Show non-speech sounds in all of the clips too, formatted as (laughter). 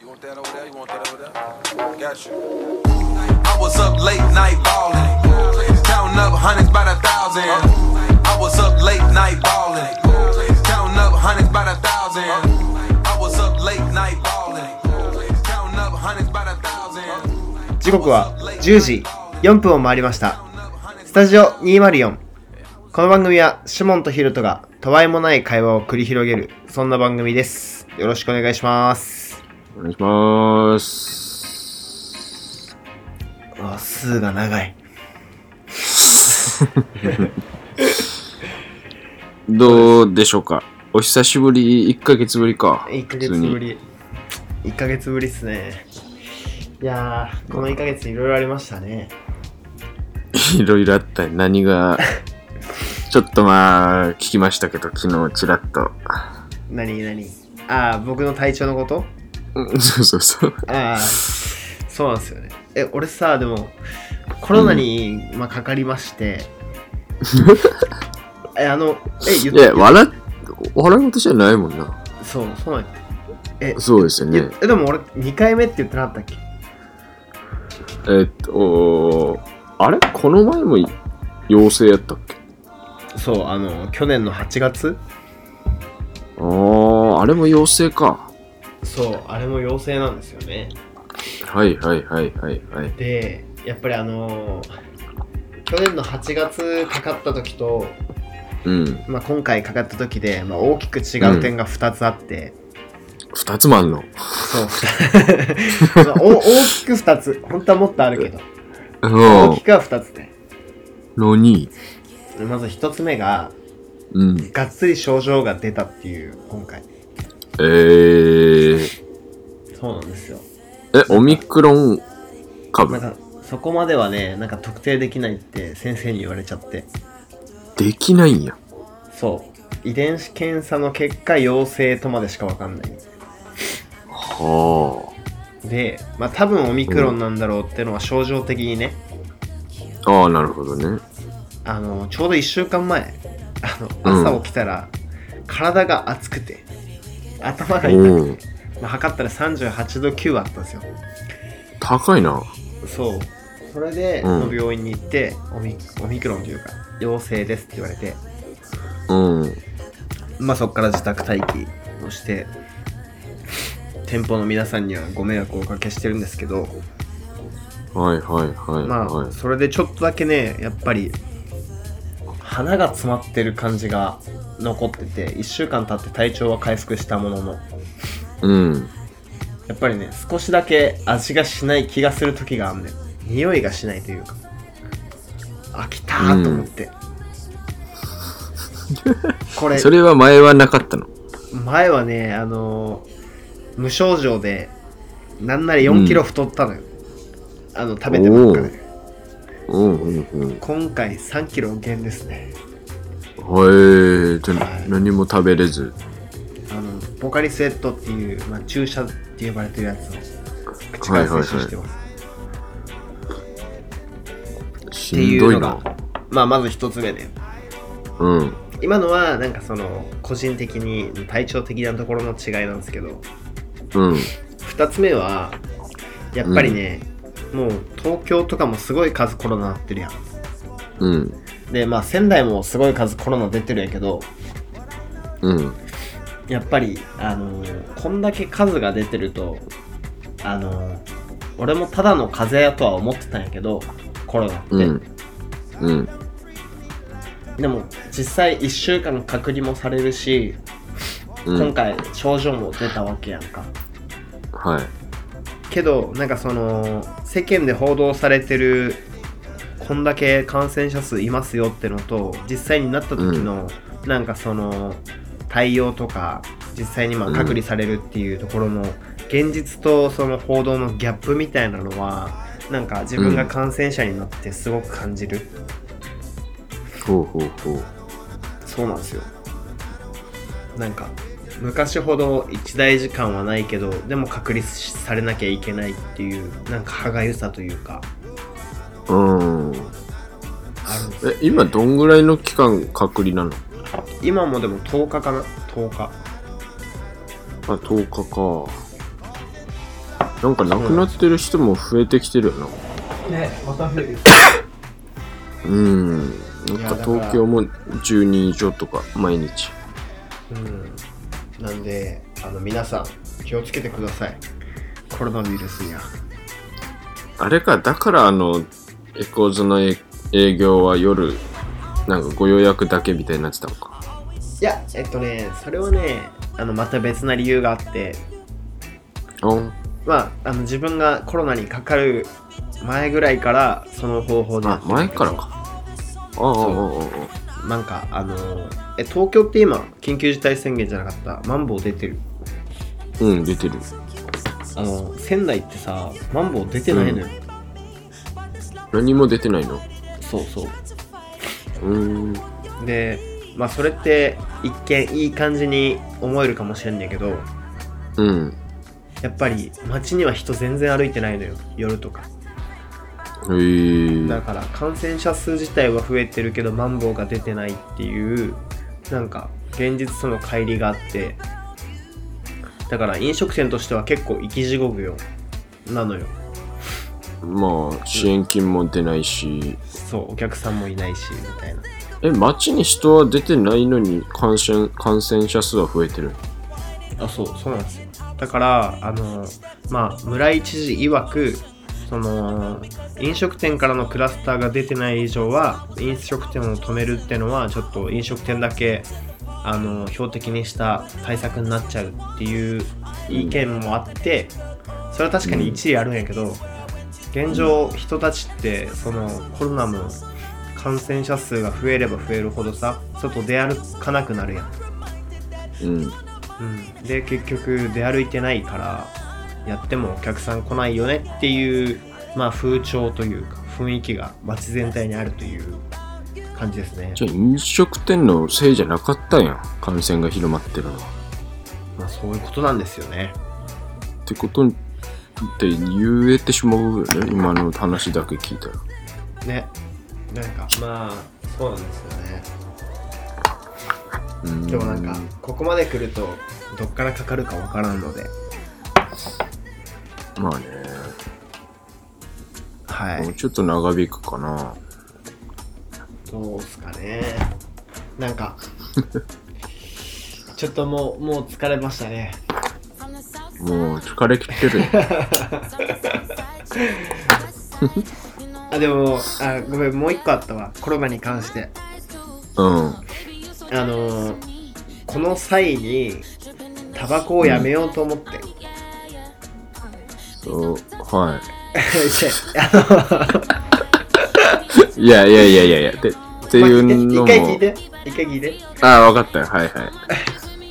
You want that over there? You want that over there? Got you. I was up late night ballin', counting up hundreds by the thousand. I was up late night ballin', counting up hundreds by the thousand. I was up late night ballin', counting up hundreds by the thousand. 時刻は10時4分を回りましたスタジオ204この番組はシモンとヒロトがたわいもない会話を繰り広げるそんな番組ですよろしくお願いしますお願いし (laughs) ます。うわ数が長いどうでしょうかお久しぶり、1ヶ月ぶりか。 1ヶ月ぶり1ヶ月ぶりっすねいやーこの1ヶ月いろいろありましたね普通に。いろ (laughs) いろあったね何 (laughs) が、ちょっとまあ、聞きましたけど、昨日ちらっと。何何ああ僕の体調のことうんそうそうそう。ああそうなんですよねえ俺さでもコロナに、まあ、かかりましてえあのえ言いってや、笑っ、笑い事じゃないもんな。そうそうなんえそうですよね言っ。えでも俺2回目って言ってなかったっけえっと、あれこの前も陽性やったっけそうあの去年の8月ああ、あれも陽性か。そうあれも陽性なんですよねはいはいはいはいはい。でやっぱりあのー去年の8月かかった時と、うん。まあ、今回かかった時で、まあ、大きく違う点が2つあって、二つもあんの。そう。 (laughs) まあお大きく2つ。本当はもっとあるけど。大きうくは2つね。ん。のに。まず1つ目が、うん。がっつり症状が出たっていう、今回。えー、そうなんですよ。え、オミクロンな株んか、そこまではね、なんか特定できないって先生に言われちゃって。できないんや。そう。遺伝子検査の結果、陽性とまでしかわかんない。はで、まあ多分オミクロンなんだろうってのは症状的にね、あ。ああ、なるほどね。あの、ちょうど1週間前、あうんの、朝起きたら、体が熱くて、頭が痛くて、うん。まあ、測ったら38度9あったんですよ高いな。そうそれで、うんその病院に行ってオミオミクロンというか陽性ですって言われてうん。まあそこから自宅待機をして店舗の皆さんにはご迷惑をおかけしてるんですけどはいはいはい、まはあそれでちょっとだけねやっぱり鼻が詰まってる感じが残ってて1週間経って体調は回復したもののい。うん。やっぱりね少しだけ味がしない気がする時があんねん匂いがしないというか飽きたーと思って、 (laughs) これそれは前はなかったの。前はねあのー無症状でなんなら4キロ太ったのよ、あの食べてばっかでうんうんうん。今回3キロ減ですねはい。じゃ何も食べれず。あのポカリスエットっていう、まあ、注射って呼ばれてるやつを口から摂取してます、しってんいどうのいがな。まあまず1つ目ねうん。今のはなんかその個人的に体調的なところの違いなんですけどうん。 2つ目はやっぱりね、もう東京とかもすごい数コロナなってるやんうん。でまあ仙台もすごい数コロナ出てるやけどうん。やっぱりあのーこんだけ数が出てるとあのー俺もただの風邪やとは思ってたんやけどコロナって、うん。うん。でも実際1週間隔離もされるし、う今ん。回症状も出たわけやんかはい。けどなんかその世間で報道されてるこんだけ感染者数いますよってのと実際になった時の、なんかその対応とか実際にまあうん隔離されるっていうところの現実とその報道のギャップみたいなのはなんか自分が感染者になってすごく感じる、ほうほうほう。そうなんですよなんか昔ほど一大事感はないけどでも隔離されなきゃいけないっていうなんか歯がゆさというかうん。あるんですよえ、今どんぐらいの期間隔離なの今もでも10日かな10日あ、10日か。なんか亡くなってる人も増えてきてるよな。ね、また増えてきうん。なんいやかだから東京も10人以上とか、毎日。うん。なんで、あの、皆さん、気をつけてください。コロナウイルスには。あれか、だからあの、エコーズの営営業は夜、なんかご予約だけみたいになってたのか。いや、えっとね、それはね、あの、また別な理由があって、あまあ、あの自分がコロナにかかる前ぐらいからその方法でやっあて、たんだ前けどからか。ああ、ああ、あああなんかあのえ東京って今緊急事態宣言じゃなかったマンボウ出てるあうん、出てる。あの仙台ってさマンボウ出てないのよ、何も出てないのそうそううーん。でまあそれって一見いい感じに思えるかもしれんねんけどうん。やっぱり街には人全然歩いてないのよ夜とかへえだから感染者数自体は増えてるけどマンボウが出てないっていうなんか現実との乖離があってだから飲食店としては結構生き地獄よなのよまあ、支援金も出ないし、そうお客さんもいないしみたいなえ、街に人は出てないのに感染、感染者数は増えてる。あそうそうなんですよだからあのまあ村井知事曰くその飲食店からのクラスターが出てない以上は飲食店を止めるってのはちょっと飲食店だけあの標的にした対策になっちゃうっていう意見もあってそれは確かに一理あるんやけど、現状人たちってそのコロナも感染者数が増えれば増えるほどさ外出歩かなくなるやんうん。うん、で結局出歩いてないからやってもお客さん来ないよねっていう、まあ、風潮というか雰囲気が街全体にあるという感じですね、じゃあ飲食店のせいじゃなかったんや感染が広まってるのは。まあ、そういうことなんですよねってことって言えてしまうよね今の話だけ聞いたら。ねなんかまあそうなんですよねうーんでもなんかここまで来るとどっからかかるかわからんのでまあね、はもういちょっと長引くかな。どうすかねなん (laughs) かちょっともうもう疲れましたねもう疲れ切って (laughs) るよ。あでもあごめんもう一個あったわコロナに関してうん。あのーこの際にタバコをやめようと思 (laughs) って、そう、はあい。いやいやいやいやいや、でってのいうの一回聞いも。て一回聞いてああ、わかったよ。はいはい。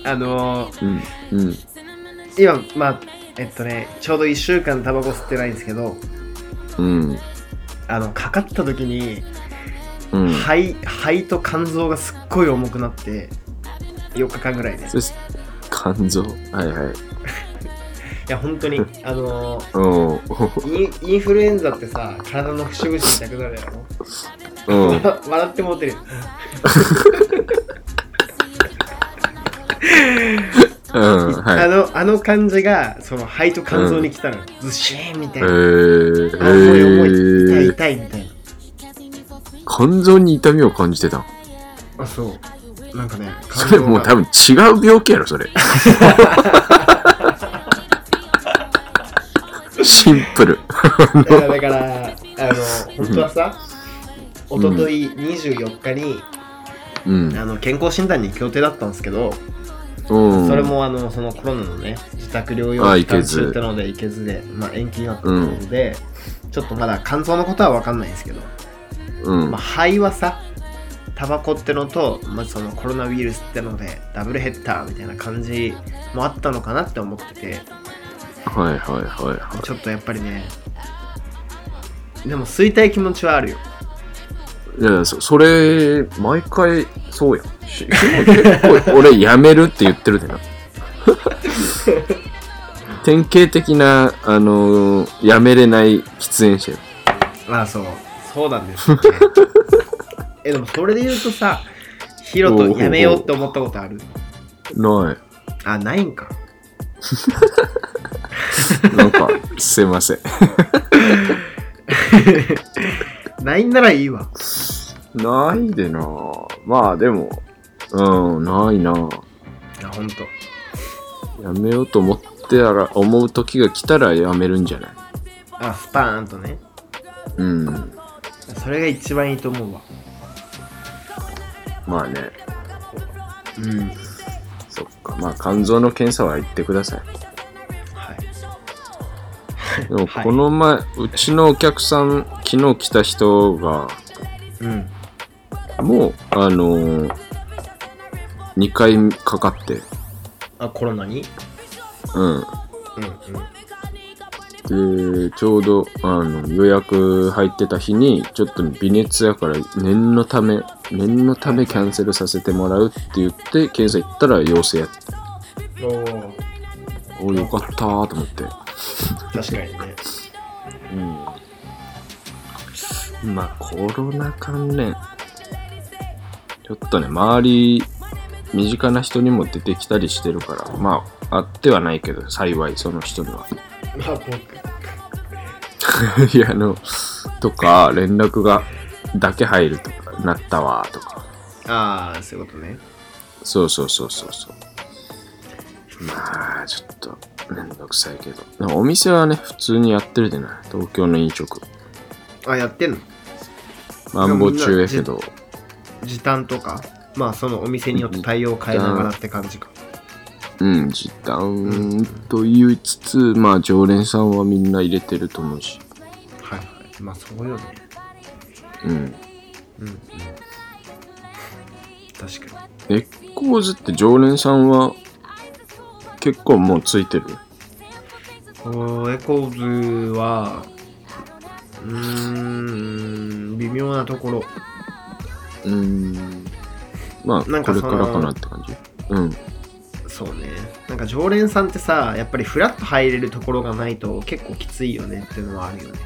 あのーうん。うん。今まあえっとねちょうど1週間タバコ吸ってないんですけどうん。あのかかった時にうん。肺肺と肝臓がすっごい重くなって4日間ぐらいでいそして、肝臓。はいはい。や本当にあのーおうインインフルエンザってさ体の節々痛くなるやろおう。笑笑ってもうてるうん。あはい。のあの感じがその肺と肝臓に来たのよ、ずしーんみたえいな、あ重い重い痛いー、えー、痛いみたいな肝臓に痛みを感じてたのあそうなんかねそれもう多分違う病気やろそれ (laughs) シンプルだからだからあの本当はさ一昨日24日に、うんあの健康診断に行く予定だったんですけど、うんそれもあのそのコロナのね自宅療あ養期行け間ず中ってので行けずで、まあ、延期になったので、ちょっとまだ肝臓のことは分かんないんですけどうんまあ、肺はさタバコってのと、まあ、そのコロナウイルスってのでダブルヘッダーみたいな感じもあったのかなって思っててはいはいはいはちょっとやっぱりねでも吸いたい気持ちはあるよいいやそそれ毎回そうやんし (laughs) 結構俺やめるって言ってるでな (laughs) 典型的なあのーやめれない喫煙者よまあそうそうなんですよね (laughs) えでもそれで言うとさヒロとやめようって思ったことあるないあないんかなんか、すいません。ないんならいいわ。 (laughs) ないでなまあでも、うん、ないなあ、ほんと。やめようと思ってたら、思う時が来たらやめるんじゃないあ、スパーンとね。うん。それが一番いいと思うわ。まあね、うん。はい。そっか。まあ肝臓の検査は行ってください。でもはいこの前、うちのお客さん、昨日来た人が、うん。もう、あのー、2回かかって、あ、コロナにうん。うんうで、ちょうど、あの、予約入ってた日に、ちょっと微熱やから、念のため、念のためキャンセルさせてもらうって言って、検査行ったら陽性やった。ん。おーおよかったーと思って。確かにね。うん。まあ、コロナ関連。ちょっとね、周り、身近な人にも出てきたりしてるから、まあ、あってはないけど、幸い、その人には。 (laughs) まあ僕。いや、あの、とか、連絡が、だけ入るとか、なったわーとか。ああ、そういうことね。そうそうそうそうそう。まあ、ちょっと、めんどくさいけど。でもお店はね、普通にやってるでない。東京の飲食。あ、やってんのまんぼ中やけど。時短とか。まあそのお店によって対応を変えながらって感じか。うん、時短と言いつつ、まあ、常連さんはみんな入れてると思うし。はいはい。まあそうよね。うん。確かに。エッコーズって常連さんは、結構もうついてる。おーエコーズは、うーん、微妙なところ。うん。まあ、なんかこれそのからかなって感じ。うん。そうね。なんか常連さんってさ、やっぱりフラッと入れるところがないと結構きついよねっていうのはあるよね。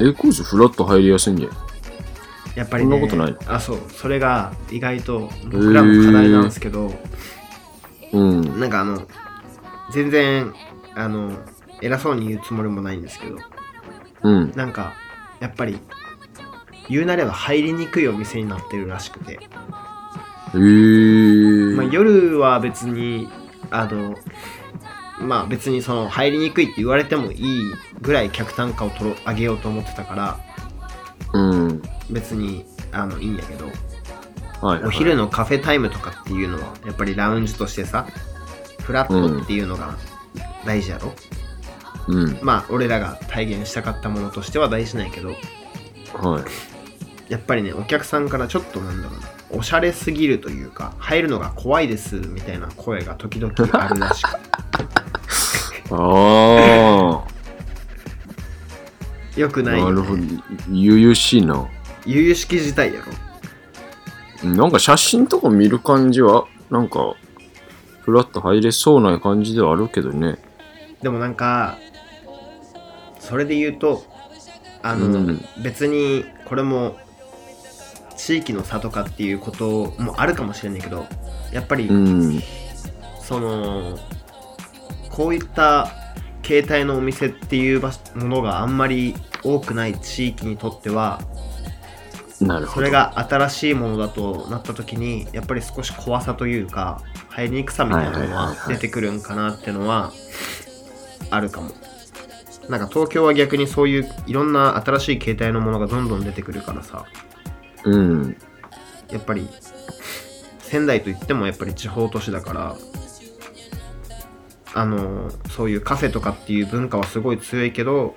エッコーズフラット入りやすいんじゃん。やっぱりね。そんなことないあ、そう。それが意外と僕らの課題なんですけど、うん。なんかあの、全然、あの、偉そうに言うつもりもないんですけど、うん。なんか、やっぱり、言うなれば入りにくいお店になってるらしくて、へー。まあ、夜は別に、あの、まあ別にその入りにくいって言われてもいいぐらい客単価をとろ上げようと思ってたからうん。別にあのいいんやけどはい、はい。お昼のカフェタイムとかっていうのはやっぱりラウンジとしてさフラットっていうのが大事やろ、うん。まあ俺らが体現したかったものとしては大事なんやけどはい。やっぱりねお客さんからちょっとなんだろうなおしゃれすぎるというか入るのが怖いですみたいな声が時々あるらしあくよくあ。 (laughs) ない (laughs) なよるねほど。ゆ々しいな。由々しき事態やろなんか写真とか見る感じは、なんか、フラッと入れそうな感じではあるけどね。でもなんかそれで言うとあの、うん別にこれも地域の差とかっていうこともあるかもしれないけどやっぱり、うん。そのこういった携帯のお店っていう場所ものがあんまり多くない地域にとってはなるほど。それ。が新しいものだとなった時にやっぱり少し怖さというか入りにくさみたいなのはいはいはいははい出てくるんかなってのはあるかもなんか東京は逆にそういういろんな新しい携帯のものがどんどん出てくるからさうん。やっぱり仙台といってもやっぱり地方都市だからあのそういうカフェとかっていう文化はすごい強いけど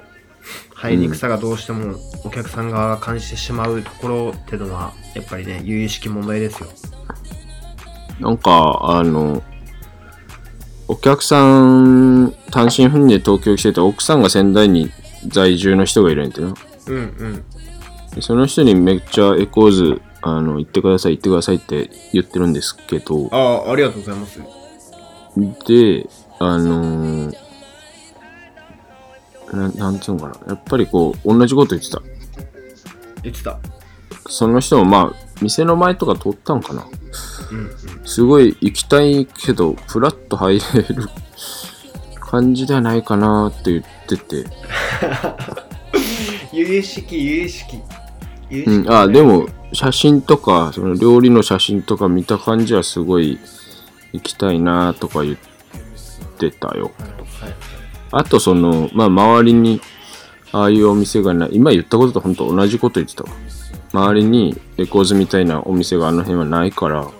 入りにくさがどうしてもお客さん側が感じてしまうところってのはやっぱりね由々しき問題ですよなんか、あの、お客さん、単身赴任で東京来てて、奥さんが仙台に在住の人がいるんやてな。うんうんでその人にめっちゃエコーズ、あの、行ってください、行ってくださいって言ってるんですけど、ああありがとうございますで、あのー、ななんつうのかな。やっぱりこう、同じこと言ってた。言ってたその人もまあ、店の前とか通ったんかな。うんうんすごい行きたいけど、フラッと入れる感じではないかなって言ってて。由々しき由々しき由う々しん、あでも写真とかその料理の写真とか見た感じはすごい行きたいなとか言ってたよきはいあとそのまあ周りにああいうお店がない今言ったことと本当同じこと言ってたわ周りにレコーズみたいなお店があの辺はないからう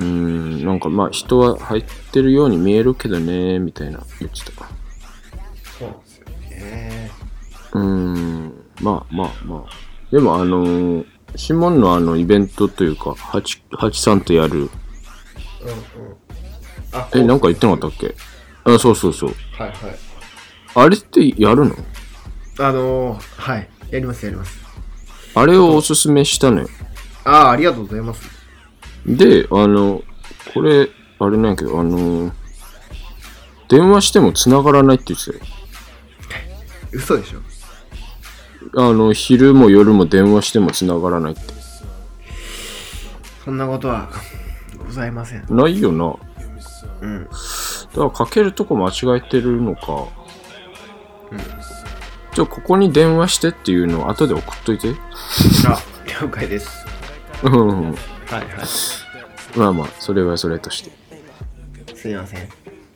ーんなんかまあ人は入ってるように見えるけどねみたいな言ってたそうなんですよねうーん、まあまあまあ。でもあのーシモンのあのイベントというか、ハチ、ハチさんとやる。うんうんあえ、なんか言ってなかったっけあ、そうそうそう。はいはいあれってやるのあのー、はいやりますやりますあれをおすすめしたのよ。ああありがとうございますで、あの、これ、あれなんやけど、あのー電話しても繋がらないって言ってたよ。嘘でしょあの、昼も夜も電話しても繋がらないって。そんなことはございませんないよな。うんだからかけるとこ間違えてるのか、じゃあここに電話してっていうのを後で送っといてあ了解ですうんはいはいまあまあそれはそれとしてすいません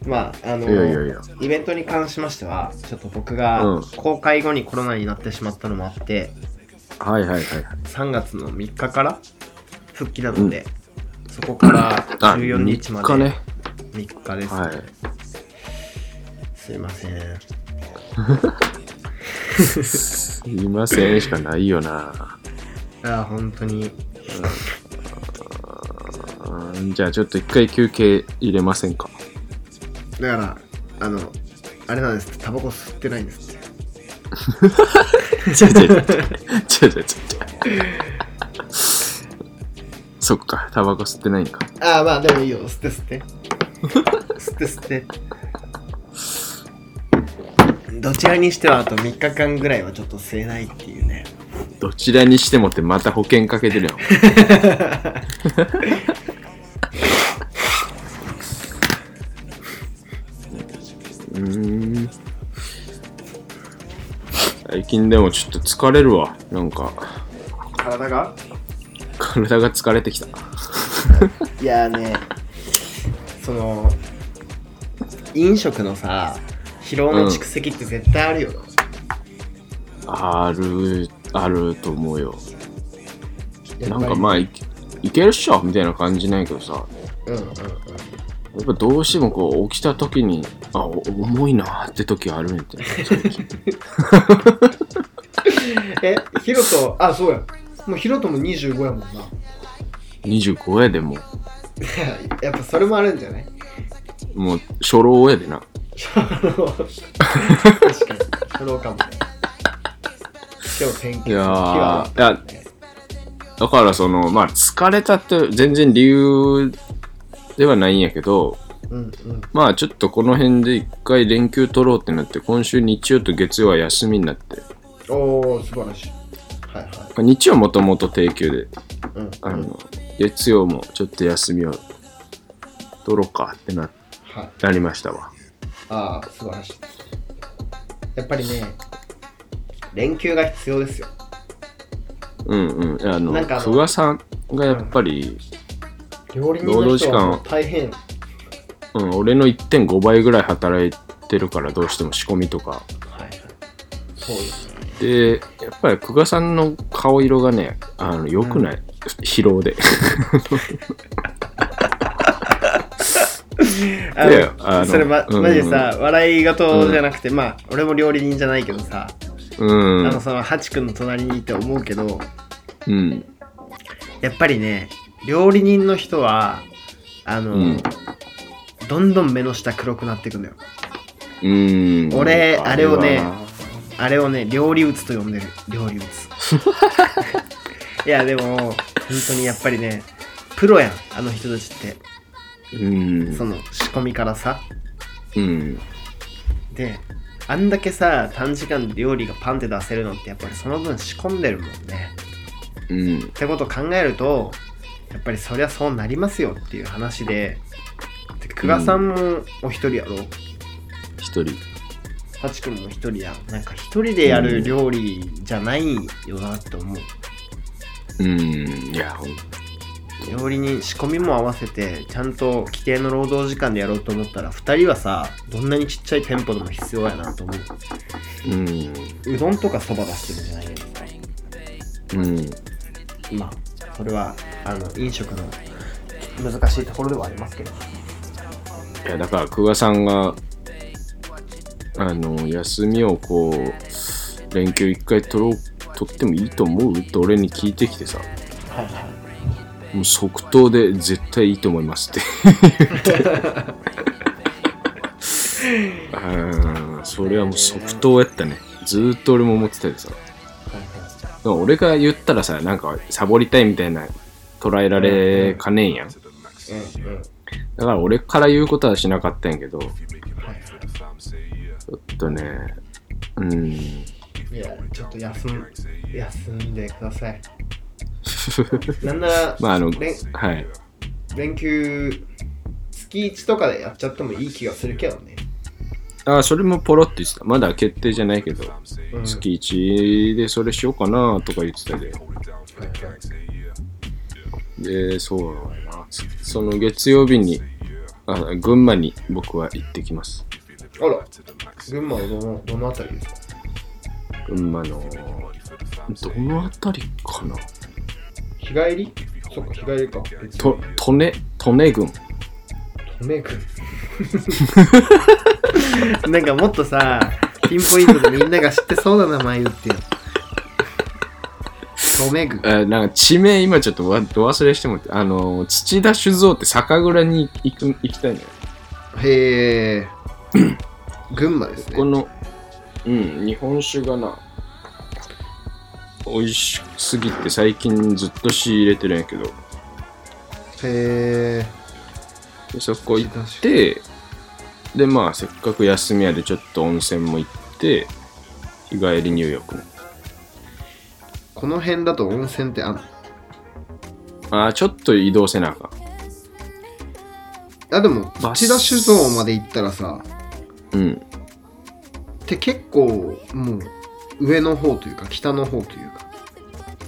まああのいやいやいやイベントに関しましてはちょっと僕がうん公開後にコロナになってしまったのもあって、はいはいはい3月の3日から復帰なので、そこからあ14日まで3日ね3日です、はいすいませんすいませんしかないよなああ本当にうんじゃあちょっと一回休憩入れませ (laughs) んかだからあのあれなんですタバコ吸ってないんですって違う違う違う違う違う違うそっかタバコ吸ってないんかああまあでもいいよ吸って吸 (laughs) って吸って吸ってどちらにしてはあと3日間ぐらいはちょっと吸えないっていうねどちらにしてもってまた保険かけてるや (laughs) んうーん最近でもちょっと疲れるわなんか体が体が疲れてきたいやーねその飲食のさ疲労の蓄積って絶対あるよな、あるあると思うよやっぱなりんかまあいいけるっしょみたいな感じないけどさうんうんうんやっぱどうしてもこう起きた時にあお重いなーって時あるみたいな最近えヒロとあそうやもうヒロとも25やもんな (laughs) 25やでもうやっぱそれもあるんじゃないもう初老やでな確かにそのかもね今日天気いやはーいやだからそのまあ疲れたって全然理由ではないんやけどうんうんまあちょっとこの辺で一回連休取ろうってなって今週日曜と月曜は休みになっておお素晴らしいはいは日曜もともと定休でいうんあの月曜もちょっと休みを取ろうかってなはいなりましたわああ素晴らしいやっぱりね連休が必要ですようんうんあのなんかあの久我さんがやっぱり、料理人の人はもう大変うん、俺の1.5倍ぐらい働いてるからどうしても仕込みとかはいはいそうですねでやっぱり久我さんの顔色がねあの良くない、疲労で (laughs) あのいやあのそれまうんマジでさ、笑い事じゃなくて、まあ俺も料理人じゃないけどさ、うんあのそのハチ君の隣にいて思うけどうんやっぱりね料理人の人はあの、うんどんどん目の下黒くなっていくのようん俺あれをねはあれをね料理打つと呼んでる料 (laughs) 理打ついやでも本当にやっぱりねプロやんあの人たちってうんその仕込みからさうんであんだけさ短時間で料理がパンって出せるのってやっぱりその分仕込んでるもんねうんってことを考えるとやっぱりそりゃそうなりますよっていう話でて久我さんもお一人やろ一人。ハチ君も一人やなんか一人でやる料理じゃないよなって思ううん、いや、ほん料理に仕込みも合わせてちゃんと規定の労働時間でやろうと思ったら2人はさどんなにちっちゃい店舗でも必要やなと思ううん、うどんとかそば出してるんじゃないけどさうん。まあそれはあの飲食の難しいところではありますけどいやだから久我さんがあの休みをこう連休一回取ろう取ってもいいと思うって俺に聞いてきてさはいはいもう即答で絶対いいと思いますって言ってああそれはもう即答やったねずーっと俺も思ってたけどさでも俺が言ったらさなんかサボりたいみたいな捉えられかねんやんうんうんだから俺から言うことはしなかったんやけど、ちょっとね、うん。いやちょっと休ん休んでくだ (laughs) さいなんなら、まああの、連はい。連休月1とかでやっちゃってもいい気がするけどねあ、それもポロって言ってた。まだ決定じゃないけど、うん月1でそれしようかなとか言ってたで。で、そうだな。その月曜日に、あ群馬に僕は行ってきます。あら群馬はどのどの辺りですか群馬の、どの辺りかな日帰りそっか、日帰りか。別にと、利根、利根郡。トメ君。 (laughs) なんかもっとさ、ピンポイントでみんなが知ってそうな名前言ってよ。トメ君。えーなんか地名今ちょっとわど忘れしてもらってあのー土田酒造って酒蔵に行く行きたいのよへ (clears throat) え。群馬ですね。このうん日本酒がな美味しすぎて最近ずっと仕入れてるんやけどへえ。でそこ行ってでまあせっかく休みやでちょっと温泉も行って日帰り入浴ねこの辺だと温泉ってあんのああちょっと移動せなあかんあ、でも、バス土田酒造まで行ったらさ、うんって結構、もう、上の方というか、北の方というか、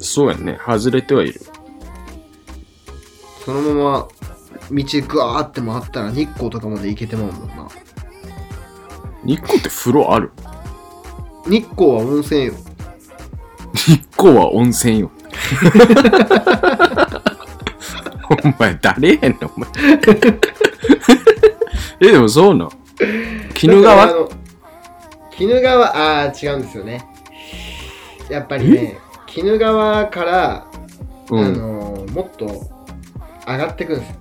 そうやね外れてはいるそのまま、道ぐわーって回ったら日光とかまで行けてまうもんな。日光って風呂ある日光は温泉よ日光は温泉よ。お前誰やねん、お前。 (laughs) え、でもそうなん。鬼怒だからあ川の鬼怒川あー違うんですよねやっぱりね鬼怒川から、うあん。のーもっと上がってくんです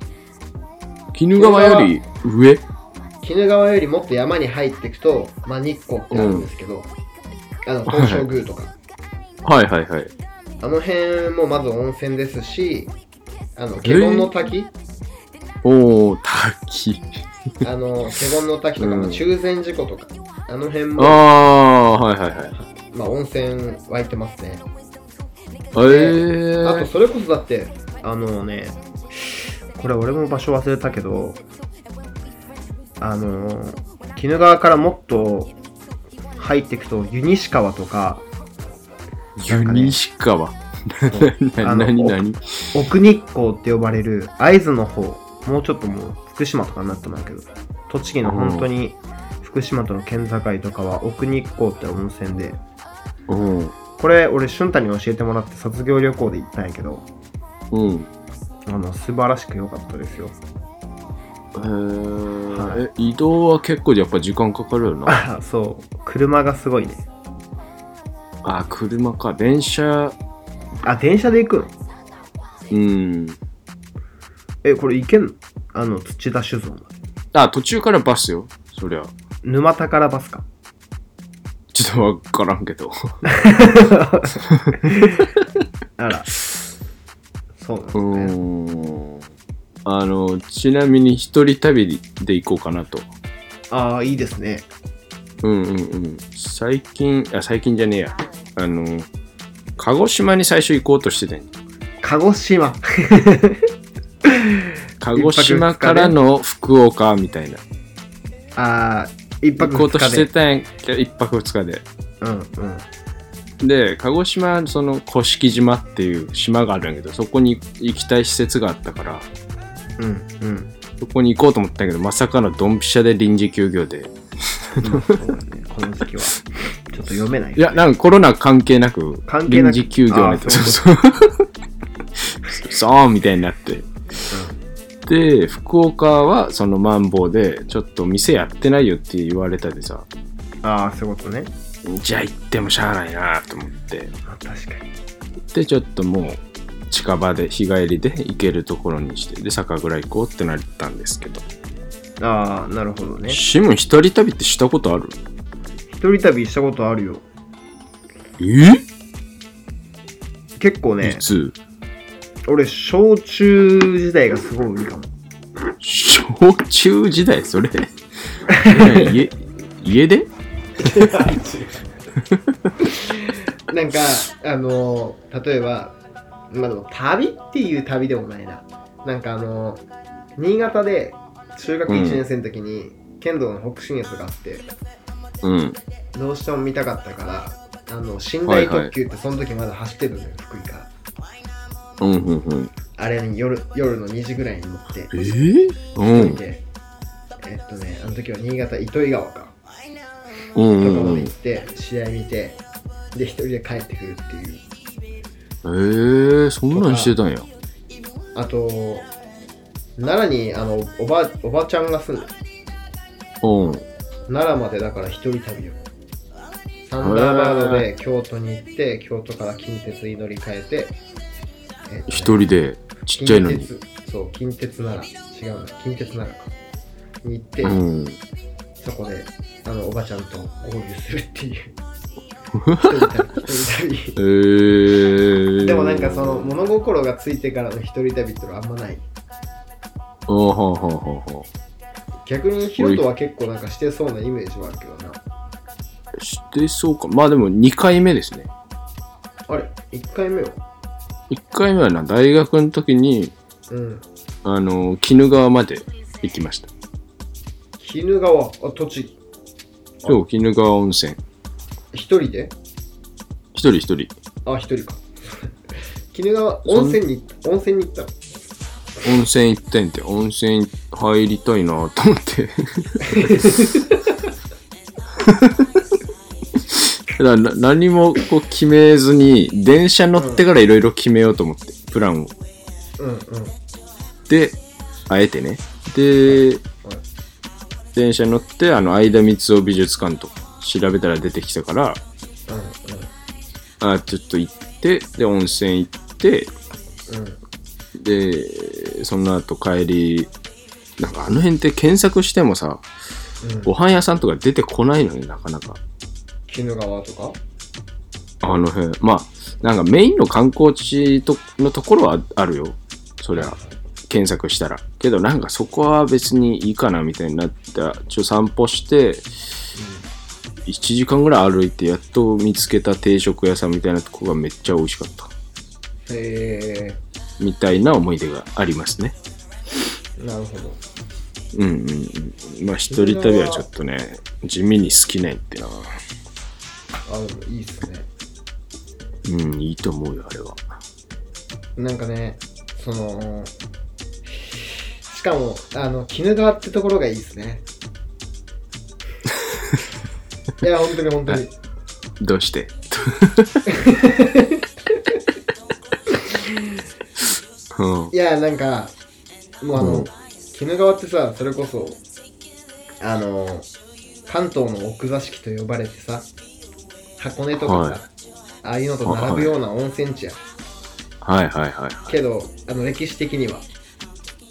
鬼怒川より上鬼怒川よりもっと山に入っていくと、まあ、日光ってあるんですけど、あの東照宮とか、はいはいはい。あの辺もまず温泉ですしあの華厳の滝、おー、滝。あの華厳の滝とか、うんまあ中禅寺湖とかあの辺もあー、はいはいはい。まあ、温泉湧いてますねえー。あとそれこそだってあのねこれ俺も場所忘れたけどあの鬼怒川からもっと入っていくと湯西川とか湯西川。あ (laughs) なのなになに奥日光って呼ばれる会津の方もうちょっともう福島とかになってもらうけど栃木の本当に福島との県境とかは奥日光って温泉でうん。これ俺俊太に教えてもらって卒業旅行で行ったんやけどうん。あの素晴らしく良かったですよ (laughs) えーはいえ移動は結構やっぱ時間かかるよな。あそう車がすごいねあー、車か。電車、あ電車で行くのうん。えこれ行けんのあの土田酒造のあ、途中からバスよ。そりゃ。沼田からバスかちょっとわからんけど。あらそうなんでうすねーん。あの、ちなみに一人旅で行こうかなと。ああいいですねうんうんうん。最近、あ、最近じゃねえや。あの、 (laughs) 鹿児島に最初行こうとしてたんよ鹿児島鹿児島からの福岡みたいな。ああ、一泊行こう二と日してで。たんやけど、一泊二日で。うんうん。で、鹿児島、その、甑島っていう島があるんやけど、そこに行きたい施設があったから、うんうん。そこに行こうと思ったんやけど、まさかのドンピシャで臨時休業で。まあそうだ (laughs) ね、この時期は。ちょっと読めない。いや、なんかコロナ関係なく、関係な臨く時休業みたいあーな。そそうそう (laughs) みたいになって。で、福岡はそのマンボウで、ちょっと店やってないよって言われたでさ、ああ、そういうことね。じゃあ行ってもしゃあないなと思って。まあ、確かに。で、ちょっともう近場で、日帰りで行けるところにして、で、酒蔵行こうってなったんですけど。ああ、なるほどね。シム一人旅ってしたことある一人旅したことあるよ。え結構いね、つ俺、小中時代がすごい多いかも。小中時代 (laughs) それ家家でなんか、あのー、例えば、まあでも、旅っていう旅でもないな。なんかあのー、新潟で中学1年生の時に、剣道の北信越があって、うん。どうしても見たかったから、あの、寝は台いはい特急ってその時まだ走ってるのよ、福井から。うんうんうん。あれに夜夜の2時ぐらいに乗って、えー、うん。で、えっとね、あの時は新潟糸魚川か、うんとうかまんうでん行。って、試合見て、で、一人で帰ってくるっていう。えー、そんなんしてたんや。あと、奈良にあのおばおばちゃんが住んでる、うん。奈良までだから一人旅を。サンダーバードで京都に行って、京都から近鉄に乗り換えて、えっとね一人で、ちっちゃいの近に。鉄そう、近鉄なら、違うな、近鉄ならか。に行って、うん。そこで、あの、おばちゃんと合流するっていう。一人旅一人えー。旅でもなんかその物心がついてからの一人旅ってのはあんまないあはははは逆にヒロトは結構なんかしてそうなイメージはあるけどなしてそうか。まあでも2回目ですね。あれ1回目は1回目はな、大学の時に、うんあの、鬼怒川まで行きました。鬼怒川あ栃木そう、鬼怒川温泉。一人で一人一人。あ一人か (laughs) 鬼怒川温泉に行った温泉に行ったの温泉行ってんて、温泉入りたいなと思 (laughs) って。だからな何もこう決めずに、電車乗ってからいろいろ決めようと思って、プランを。うんうんで、あえてね。で、はい電車乗って、あの、相田光雄美術館とか調べたら出てきたから、あちょっと行って、で、温泉行って、うんうんうんで、その後帰り、なんかあの辺って検索してもさ、ご飯屋さんとか出てこないのね、なかなか。鬼怒川とかあの辺。まあ、なんかメインの観光地とのところはあるよ。そりゃ、検索したら。けどなんかそこは別にいいかなみたいになって、ちょっと散歩して、1時間ぐらい歩いてやっと見つけた定食屋さんみたいなとこがめっちゃ美味しかった。へみたいな思い出がありますね。えなるほどうんうんうん。まあ一人旅はちょっとね、地味に好きないってな。あでもいいっすねうん、いいと思うよ、あれは。なんかねそのしかもあの鬼怒川ってところがいいっす (laughs) ねいや本当に本当にどうしてうんいやなんかもうあの、うん鬼怒川ってさそれこそあの関東の奥座敷と呼ばれてさ箱根とかさ、はいああいうのと並ぶような温泉地や、はいはいはい。けどあの歴史的には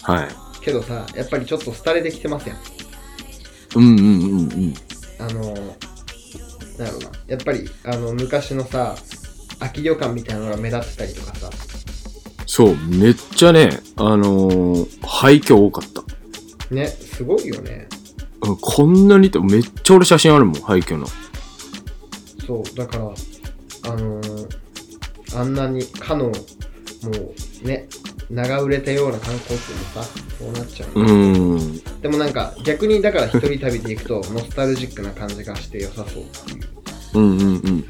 はい。けどさやっぱりちょっと廃れてきてますやんうんうんうんうん。あのなんやろうなやっぱりあの昔のさ空き旅館みたいなのが目立ってたりとかさそう、めっちゃね、あのー廃墟多かった。ねすごいよねうんこんなにって、めっちゃ俺写真あるもん、廃墟の。そうだからあのーあんなにかのもうね長売れたような観光地もさこうなっちゃう、うん。でもなんか逆にだから一人旅で行くとノスタルジックな感じがして良さそううんうんうんうん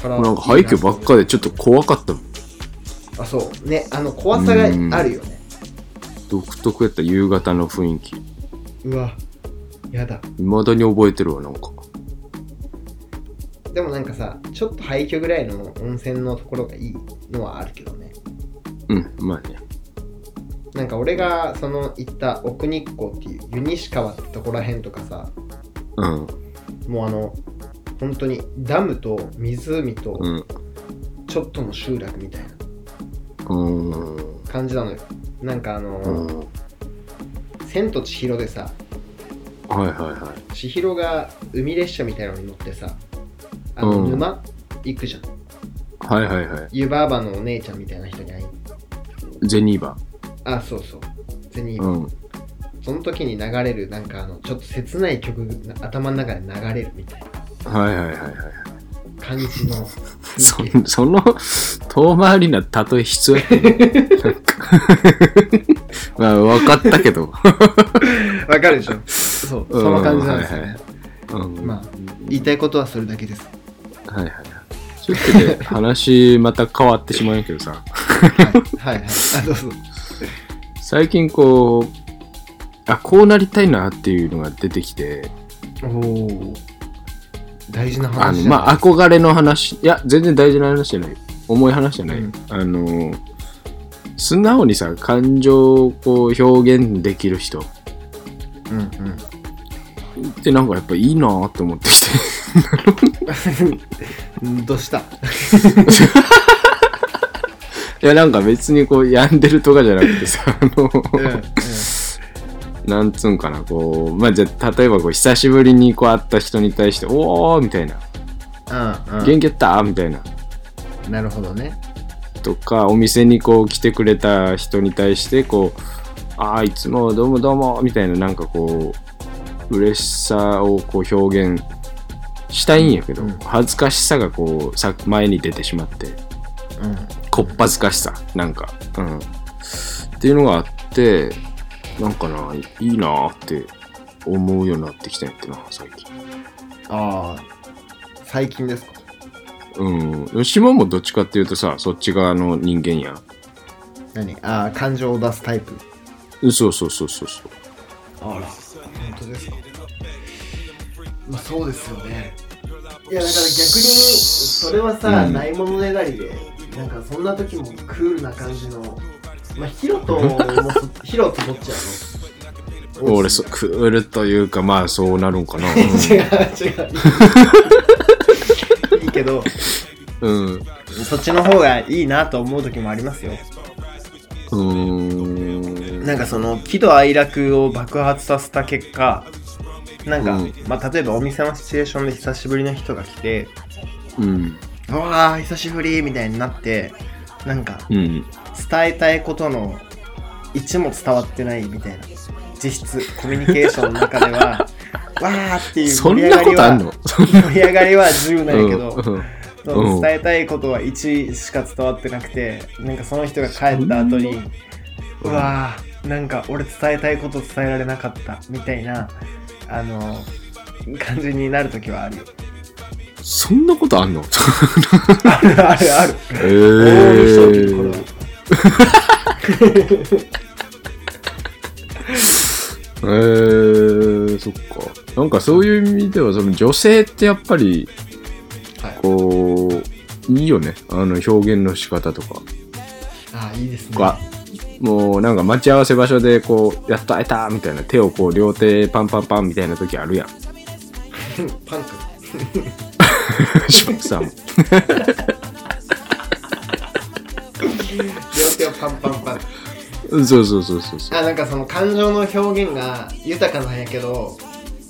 からうん。なんか廃墟ばっかでちょっと怖かったもん。あそうねあの怖さがあるよね独特やった夕方の雰囲気。うわやだ未だに覚えてるわ、なんか。でもなんかさちょっと廃墟ぐらいの温泉のところがいいのはあるけどねうん、まあね。なんか俺がその行った奥日光っていう湯西川ってとこらへんとかさうん、もうあの本当にダムと湖うとん。ちょっとの集落みたいなうん。感じなのよなんかあうのん。 「千と千尋」でさはいはいは千尋が海列車みたいなのに乗ってさあのうん沼行くじゃんい。はいはいはい。湯婆婆のお姉ちゃんみたいな人に会いにゼニーバ。あそうそうゼニーうん。その時に流れるなんかあのちょっと切ない曲が頭の中で流れるみたいなはいはいはいはい。感じのそ風景その遠回りな例え必要やったね (laughs) なんかまあ分かったけど。わかるでしょ (laughs) そううんその感じなんですよ、ねはいはいうんまあ言いたいことはそれだけですはいはいはい。ちょっと (laughs) ね、話また変わってしまうんやけどさ、はいはいはいあどうぞ最近こう、あ、こうなりたいなっていうのが出てきて、おお大事なあの、話まあ、憧れの話、いや、全然大事な話じゃない。重い話じゃない。うんあの、素直にさ、感情をこう表現できる人っうんうんてなんかやっぱいいなと (laughs) 思ってきて。うんどうしたいや、なんか別にこう、病んでるとかじゃなくてさ、あの、うんうんなんつうんかな、こう、まあ、じゃあ例えばこう、久しぶりにこう、会った人に対して、おーみたいな、うん元気やったみたいな、うんなるほどねとか、お店にこう、来てくれた人に対して、こう、ああ、いつもどうもどうも、みたいな、なんかこう、嬉しさをこう、表現したいんやけど、うん恥ずかしさがこう、さ前に出てしまって、うこっぱずかしさ、なんか、うん。っていうのがあって、なんかな、いいいなって思うようになってきたんやってな、最近。んああ最近ですかうん。島もどっちかっていうとさ、そっち側の人間やん。何ああ感情を出すタイプうんそうそうそうそうそう。あら、本当ですか。まあ、そうですよね。いや、だから逆に、それはさ、うんないものねだりで、なんかそんな時もクールな感じの、まあ、ヒロともそ、ヒロとどっちやろ俺、そ、クールというか、まあ、そうなるんかな。違う、違う。いいけど、うん。そっちの方がいいなと思う時もありますよ。うん。うん。なんかその喜怒哀楽を爆発させた結果なんか、うんまあ、例えばお店のシチュエーションで久しぶりの人が来てうん。 「うわー久しぶり」みたいになってなんかうん。伝えたいことの一も伝わってないみたいな実質コミュニケーションの中で (laughs) は「わー」っていうそ盛んり上ながこりとあんはの盛り上がりは10なんやけど、うんうんそのうん伝えたいことは1しか伝わってなくてなんかその人が帰った後に「うわーなんか俺伝えたいこと伝えられなかった」みたいなあの感じになる時は (laughs) あるよそんなこと (laughs) あんのあるあるあるええ大見正気これはえー、そっか。なんかそういう意味では、その女性ってやっぱりはい、こう、いいよね。あの表現の仕方とか。あいいですねがもうなんか待ち合わせ場所で、こう、やっと会えたみたいな、手をこう、両手パンパンパンみたいな時あるやん。 (laughs) パンク柴田さんも。両手をパンパンパンうんそうそうそうそうそう。あなんかその感情の表現が豊かなんやけど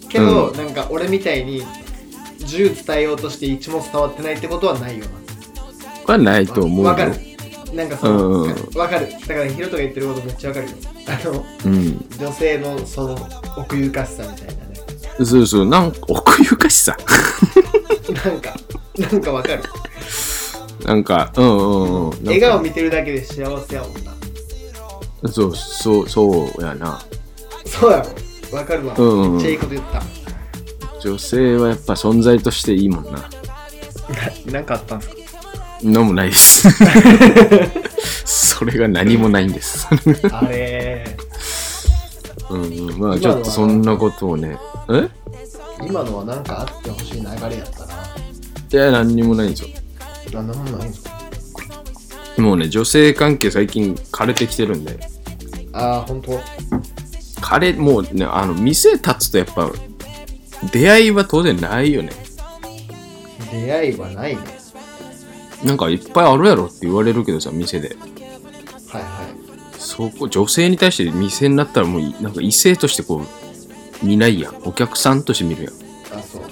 けど、うなんか俺みたいに10伝えようとして1も伝わってないってことはないよなはないと思うよわかる。なんかその、うんうんわかる。だからヒロトが言ってることめっちゃわかるよ。あの、うん。女性のその奥ゆかしさみたいなね。そうそう。なんか奥ゆかしさ。 (laughs) なんか、なんかわかる。なんか、うんうんうん。なんか笑顔見てるだけで幸せやもんなそう、そう、そうやな。そうやろわかるわ、うんうんめっちゃいいこと言った女性はやっぱ存在としていいもんな。 (laughs) ななんかあったんすか飲むな (laughs) いです。それが何もない (laughs) んです。あれうんうん、まあちょっとそんなことをね。えー今のはなんかあってほしい流れやったないや、何にもないんですよ。何もないんすかもうね、女性関係最近枯れてきてるんで。ああ本当枯れ、もうね、あの、店立つとやっぱ、出会いは当然ないよね。出会いはないねなんかいっぱいあるやろって言われるけどさ、店で。はいはいそこ、女性に対して店になったらもうい、なんか異性としてこう、見ないやん。お客さんとして見るやん。あそう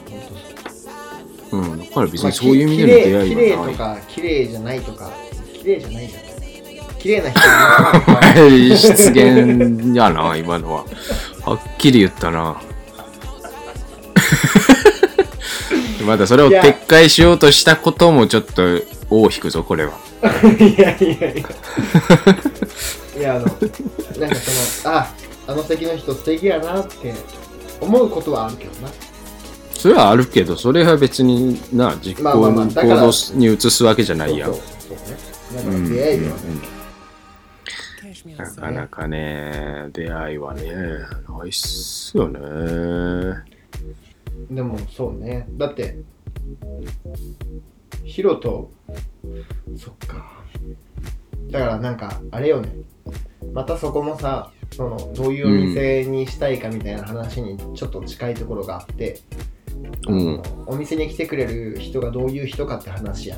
本当そううん、だから別まあにそういう意味でのき出会い綺麗はとない。か綺麗じゃないとか綺麗じゃないじゃん綺麗な人がいるからはい (laughs) 失言やな、今のは。はっきり言ったな。 (laughs) まだそれを撤回しようとしたこともちょっと尾を引くぞ、これは。いやいやいや (laughs) いやあのなんかそのああの席の人素敵やなって思うことはあるけどなそれはあるけど、それは別にな、実まあまあまあ行にだ行から動に移すわけじゃないやそんう。そうそうねだから出会いではない、なかなかね、出会いはね、ないっすよね。でもそうねだってヒロとそっかだからなんかあれよねまたそこもさそのどういうお店にしたいかみたいな話にちょっと近いところがあって、うん。お店に来てくれる人がどういう人かって話や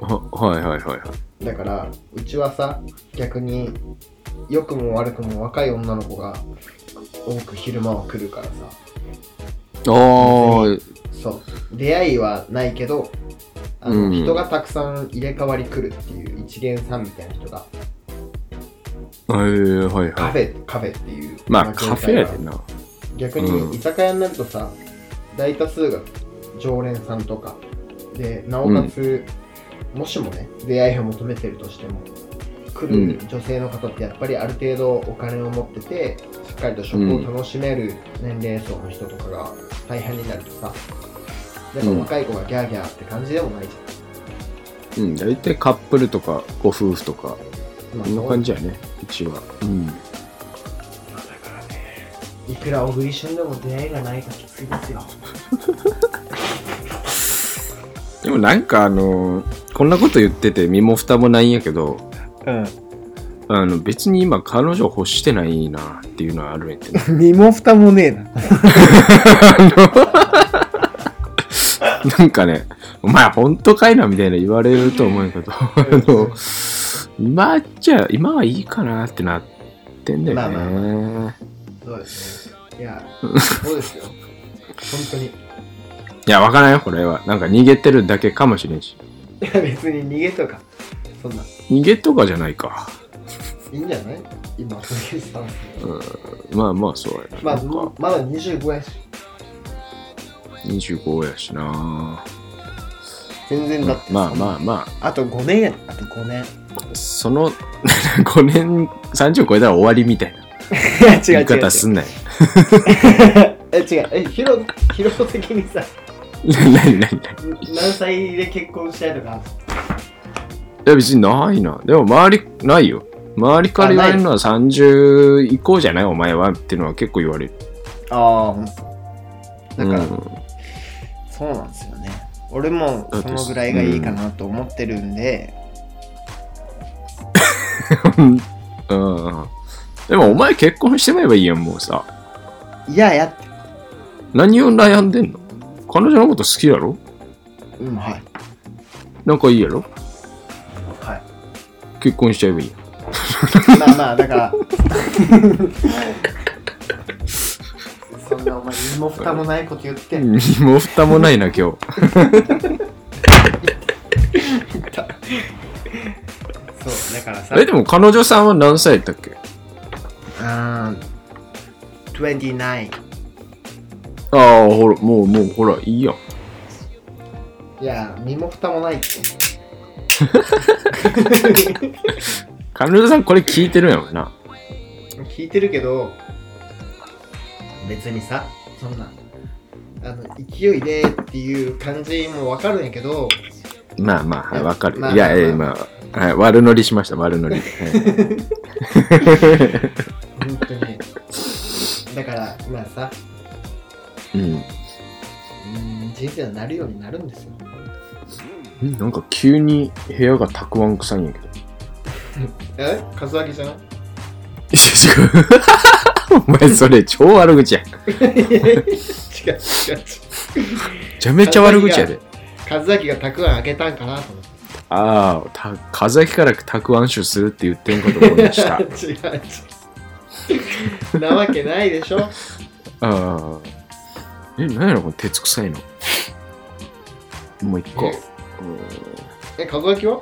ははいはいはいはい。だからうちはさ逆に良くも悪くも若い女の子が多く昼間は来るからさあそう出会いはないけどあの、うん人がたくさん入れ替わり来るっていう一元さんみたいな人があ、はいはいカはフい。ェ、カフェっていうまあ業界カフェやでな。逆うにん居酒屋になるとさ、大多数が常連さんとかでなおかつ、もしもね出会いを求めてるとしても来るう女性の方ってやっぱりある程度お金を持っててしっかりと食を楽しめる年齢層の人とかが大半になるとさやっぱうん若い子がギャーギャーって感じでもないじうん、大体カップルとかご夫婦とか、ゃん、まあこんな感じやね、うちは。うん。いくら小栗旬でも出会いがないかきついですよでもなんかあのーこんなこと言ってて身も蓋もないんやけうど、あの別に今彼女欲してないなっていうのはあるんやけど。ん (laughs) 身も蓋もねえ (laughs) ななんかね、お前本当かいなみたいな言われると思うんやけど、あの、今じゃ、今はいいかなってなってんだまよね。あまそうですねいやそうですよ本当に (laughs) いや、わからんよ、これは。なんか逃げてるだけかもしれんし。いや別に逃げとかそんな逃げとかじゃないか。いいんじゃない今そういうスタンスまあまあ、そうやな。まあなんかまだ25やし25やしな。全然だってまあまあまああと5年やあと5年 (laughs) あ、その (laughs) 5年、30超えたら終わりみたいな言い方すんなよ。 (laughs) え違うえヒロヒロ的にさ何何何い何歳で結婚したいとかや、別にないな。でも周り、ないよ。周りから言われるのは30以降じゃないお前はっていうのは結構言われる。ああほんとだから、うんそうなんですよね俺もだっそてのぐらいがいいかなと思ってるんで、うん。でもお前結婚してまえばいいやん、もうさ。いややって何を悩んでんの彼女のこと好きやろうんはい仲いいやろはい結婚しちゃえばいいやん。まあまあだから (laughs) そんなお前身も蓋もないこと言って身 (laughs) も蓋もないな、今日。そうだからさえ、でも彼女さんは何歳だっけあー29ああ、ほら、もう、もう、ほら、いいやん。いや身も蓋もないって彼女さんこれ聞いてるんやろな。聞いてるけど別にさそんなあの勢いでっていう感じもわかるんやけどまあまあ、はい、わかる。まあいや、ええままあ、はい、悪乗りしました、悪乗り。はい本当にだからまあさうんうん人生はなるようになるんですようん。なんか急に部屋がたくあん臭いんやけど。いえカズアギじゃんや違う。お前それ超悪口や。違う違う違うめちゃめちゃ悪口やで。カズアキがたくあんあげたんかなと思ってああ、た、風邪からたくあん酒するって言ってんことを思い出した。あ違う違うなわけないでしょあ。え、なんやろ、この鉄臭いの。もう一個。うんえカズアキは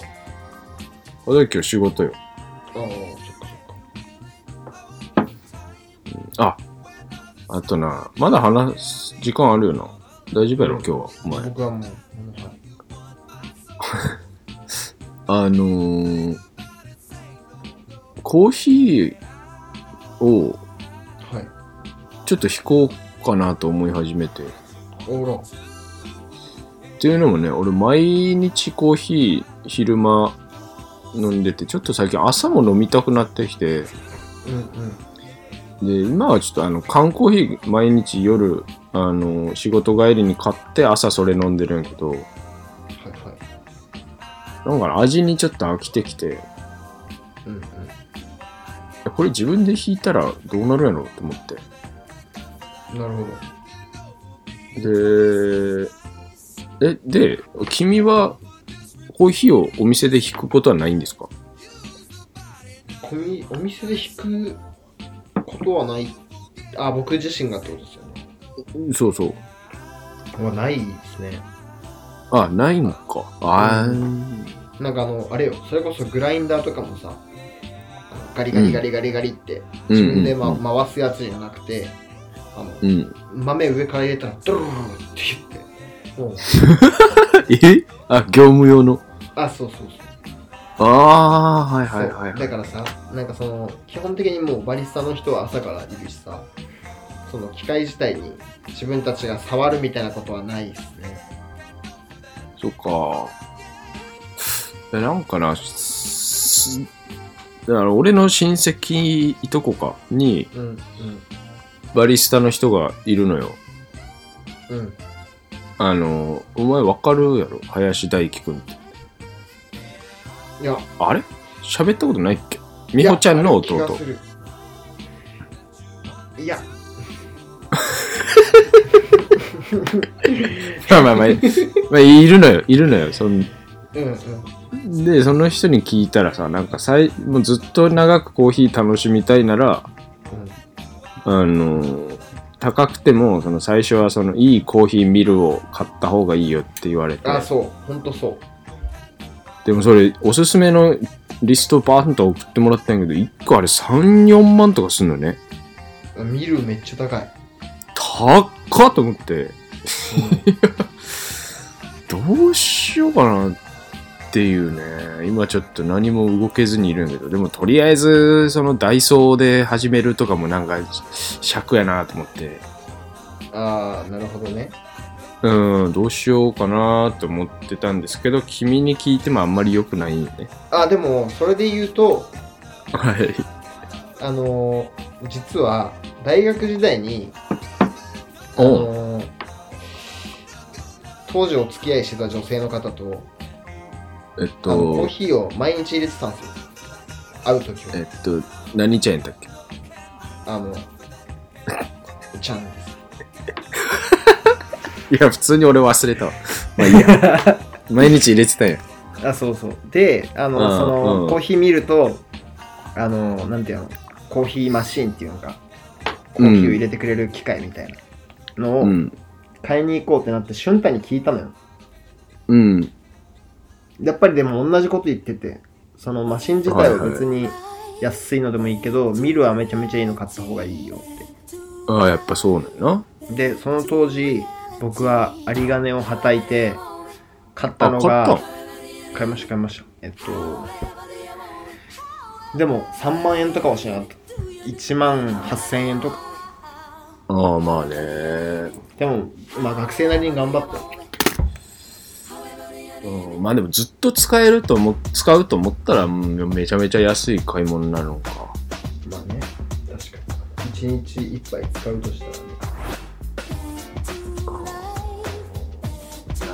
あ、だけど仕事よ。ああそっかあ、あとな、まだ話す時間あるよな。大丈夫やろ、今日は。お前。僕はもうはいあのー、コーヒーをはいちょっと引こうかなと思い始めて。っおろていうのもね、俺毎日コーヒー昼間飲んでて、ちょっと最近朝も飲みたくなってきて、うんうんで、今はちょっとあの缶コーヒー毎日夜、あの仕事帰りに買って朝それ飲んでるんやけど、はいはいなんか味にちょっと飽きてきて、うんうんこれ自分で引いたらどうなるんやろうと思って。なるほどで、え、で、君はコーヒーをお店で引くことはないんですかこみお店で引くことはないあ僕自身がってことですよねそうそう。はないですねあ、ないのか。あーなんかあのあれよそれこそグラインダーとかもさあのガリガリガリガリガリってうん自分で、まうんうん回すやつじゃなくてあのうん。豆上から入れたらドロロロロって言ってもう (laughs) え (laughs) あ、業務用の。あそうそうそうああ、はいはいそうはいはだい。からさなんかその基本的にもうバリスタの人は朝からいるしさその機械自体に自分たちが触るみたいなことはないですねそっか。え、なんかな、すだから俺の親戚、いとこか、にうんうんバリスタの人がいるのよ。うんあの、お前わかるやろ林大輝くんって。いやあれ喋ったことないっけ美穂ちゃんのいやあ弟る気がす。るいやまあまあまあ、まあ、いるのよ、いるのよ。そんうんうんで、その人に聞いたらさ、なんかさいもうずっと長くコーヒー楽しみたいなら、あのー高くても、その最初はそのいいコーヒーミルを買った方がいいよって言われて、あそうほんとそうでもそれ、おすすめのリストバーンと送ってもらったんやけど、1個あれ3、4万とかすんのね。見るめっちゃ高い、高っかと思って。 (laughs) どうしようかなっていうね。今ちょっと何も動けずにいるんやけど、でもとりあえず、そのダイソーで始めるとかもなんか尺やなと思って。ああなるほどねうん、どうしようかなと思ってたんですけど、君に聞いてもあんまり良くないよね。あでもそれで言うとはい。あのー実は大学時代にあおうのー当時お付き合いしてた女性の方とえっあのコーと、ヒーを毎日入れてたんですよ会う時はえっと、何ちゃんやったっけあのちゃんですいや、普通に俺忘れたわ。まあいいや。 (laughs) 毎日入れてたんや。あそうそうであのうんその、うんコーヒー見るとあのなんていうのコーヒーマシーンっていうのかコうんーヒーを入れてくれる機械みたいなのうをん。買いに行こうってなって瞬太に聞いたのようん。やっぱりでも同じこと言っててそのマシン自体は別に安いのでもいいけど、ミルはめちゃめちゃいいの買った方がいいよってああ、やっぱそうなんやな。でその当時僕は有り金をはたいて買ったあ、の買ったがん買いました買いましたえっとでも3万円とかはしなかった1万8000円とかああ、まあね。でもまあ学生なりに頑張ってうんまあでもずっと使えると思っ、使うと思ったら、うんめちゃめちゃ安い買い物になるのか。まあね確かに1日1杯使うとしたらね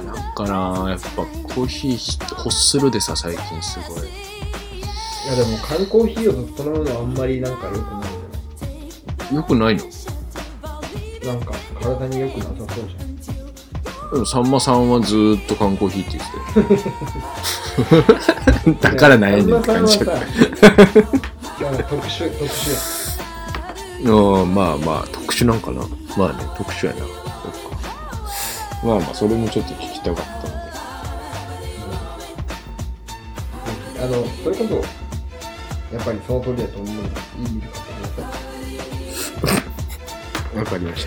いや、なんかな、やっぱコーヒーひ、ホッスルでさ、最近すごい。いやでも缶コーヒーをずっと飲むのはあんまりなんか良くないんじゃないよくないのなんか体に良くなさそうじゃんでもさんまさんはずーっと缶コーヒーって言ってたよ (laughs) だからなんやねんって感じさんだま (laughs) っさんはさなんか特殊特殊やたうんまあまあ特殊なんかなまあね特殊やなそっかまあまあそれもちょっと聞きたかったんであの、それこそ、やっぱりその通りだと思うので、いいビールかと思っわかりまし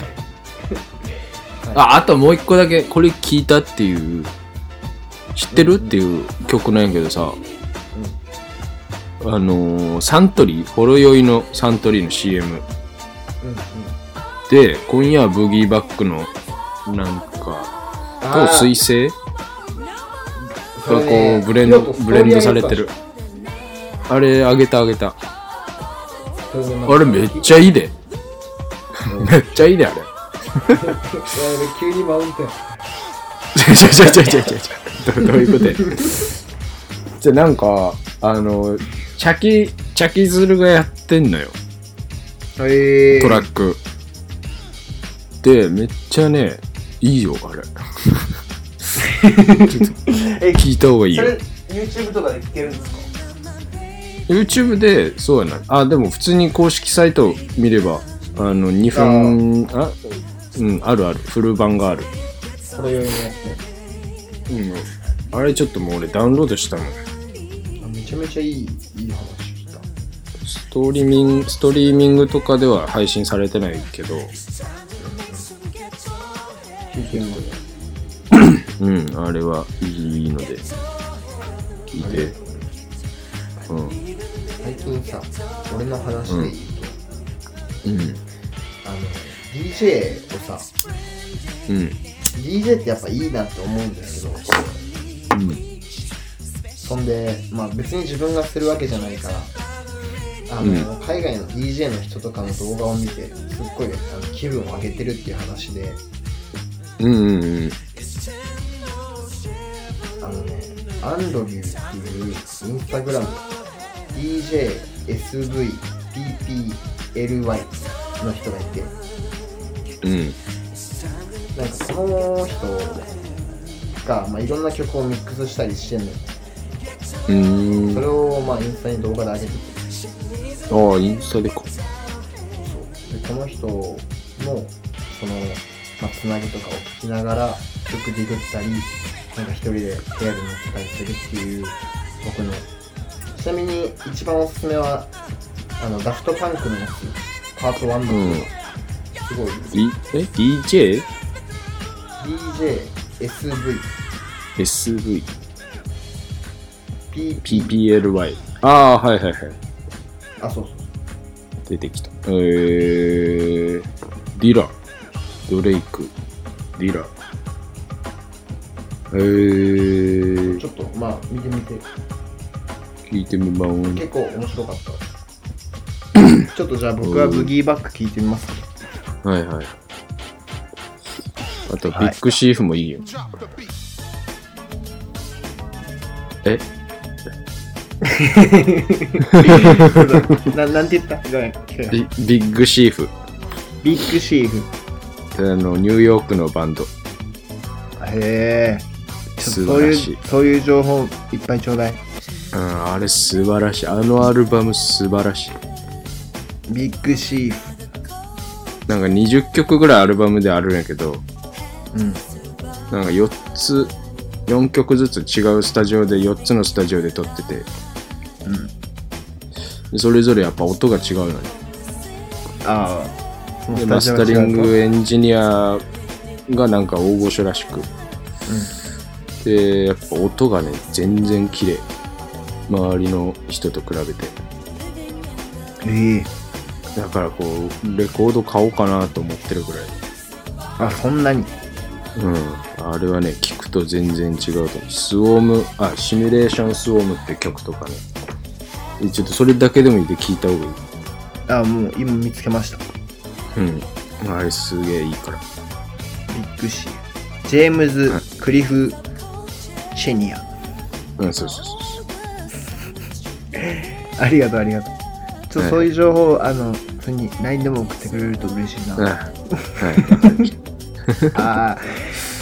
た。 (laughs) あ、あともう一個だけ、これ聞いたっていう、知ってるっていう曲なんやけどさ、あのーサントリー、ほろ酔いのサントリーの CM た。うんうん。で、今夜はブギーバックの、なんか、と水星そがれこねうブレンド、色とストブーリーレンドされてる。あれ、あげたあげた。それでまあれめっちゃいいで。 (laughs) めっちゃいいで、あれ。いやべ急にマウンテン。違う違う違う違う違う違う (laughs) どどういうことやじゃあなんかあのチャキチャキズルがやってんのよえトラック、でめっちゃねいいよあ (laughs) れえ聞いた方がいいよ YouTube とかで聞けるんですか YouTube でそうやなあでも普通に公式サイト見ればあの2分あうんあるあるフル版があるそれよりのやうんあれちょっともう俺ダウンロードしたもんつ。めちゃめちゃいい、いい話聞いた。ストリーミング、ストリーミングとかでは配信されてないけど、聞いてるので。うん、あれはいいので、聞いて。うん、最近さ、俺の話で言ううん、と、あの、DJ をさ、うん、 DJ ってやっぱいいなって思うんだけど、うん、そんで、まあ、別に自分がするわけじゃないからあの、海外の DJ の人とかの動画を見てすっごいあの気分を上げてるっていう話でうん、うん、うん、あのねアンドリューっていうインスタグラム DJSVPPLY の人がいてうん、なんかその人が、まあ、いろんな曲をミックスしたりしてんのようん、それを、まあ、インスタに動画で上げててああ、インスタでか。でこの人のその、まあ、つなぎとかを聞きながら曲ディグったりなんか一人で部屋で乗ってたりするっていう僕のちなみに一番おすすめはあのダフトパンクのやつパート1の、うんすごいいえ ?DJ?SV? DJSVPP PPLY? ああ、はいはいはい。あそうそう出てきた。えー、ディラ、ドレイク、ディラ。えーち、ょっとまあ見てみて聞いてみまう。結構面白かった (laughs) ちょっとじゃあ僕はブギーバック聞いてみますはいはい。あと、ビッグシーフもいいよ。えななんて言ったごめん聞こえないビビッグシーフ。ビッグシーフあの、ニューヨークのバンド。へえ。ちょっと素そう晴らい、。しいうそういう情報いっぱいちょうだい。うん、あれ素晴らしい。あのアルバム素晴らしい。ビッグシーフ。なんか20曲ぐらいアルバムであるんやけど、うん。なんか4つ、4曲ずつ違うスタジオで、4つのスタジオで撮ってて、でそれぞれやっぱ音が違うのね。ああ。そのでスマタジスオがタ違リうとングエンジニアがなんか大御所らしく、でやっぱ音がね全然綺麗周りの人と比べてええだからこうレコード買おうかなと思ってるぐらいあそんなにうんあれはね聞くと全然違うと思うスウォームあシミュレーションスウォームって曲とかねちょっとそれだけでもいいんで聞いた方がいいあもう今見つけましたうんあれすげえいいからビッグシージェームズ・クリフ・シェニアうんそうそうそうそうありがとうありがとうちょっとはいそういう情報あの普通に LINE でも送ってくれると嬉しいうんなはいあ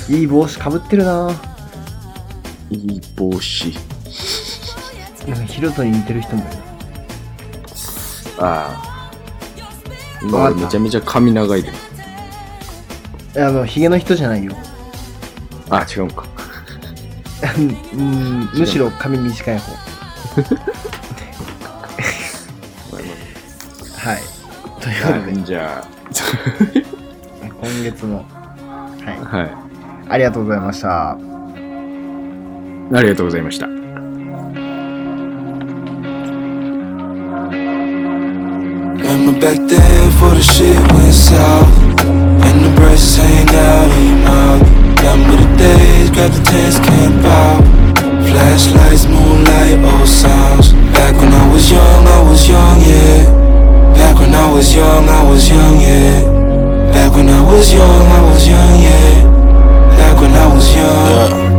ーいい帽子かぶってるななん (laughs) いい帽子かヒロトに似てる人もいるああまあわかっためちゃめちゃ髪長いであの、ヒゲの人じゃ (laughs) ないよ。あ違うんかうん、むしろ髪短い (laughs) 方。はい。ということで、じゃ今月も、はあ (laughs) はいい。ありがとうございました。ありがとうございました。 Remember back then before the shit went south And the braces hang out in your mouth Remember the days, grab the tents, camp out Flashlights, moonlight, old sounds Back when I was young, I was young, yeah Back when I was young, I was young, yeah Back when I was young, I was young, yeah Back when I was young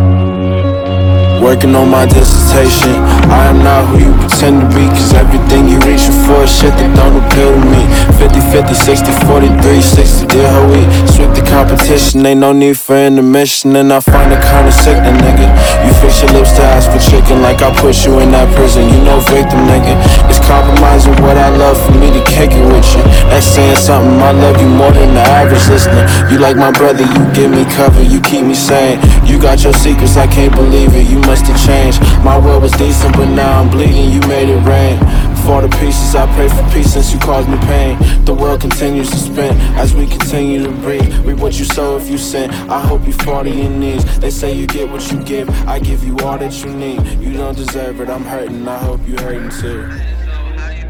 Working on my dissertation. I am not who you pretend to be, cause everything you reaching for is shit that don't appeal to me. 50 50, 60 43, 60 deal how we sweep the competition. Ain't no need for intermission, and I find it kinda sick, the nigga. You fix your lips to ask for chicken, like I put you in that prison. You no victim, nigga. It's compromising what I love for me to kick it with you. That's saying something, I love you more than the average listener. You like my brother, you give me cover, you keep me sane. You got your secrets, I can't believe it, you must have changed. My world was decent, but now I'm bleeding, you made it rain. For the pieces, I pray for peace since you caused me pain. The world continues to spin as we continue to breathe. Reap what you sow if you sin. I hope you 40 in these. They say you get what you give, I give you all that you need. You don't deserve it, I'm hurting, I hope you hurting too.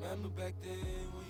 Remember back then when you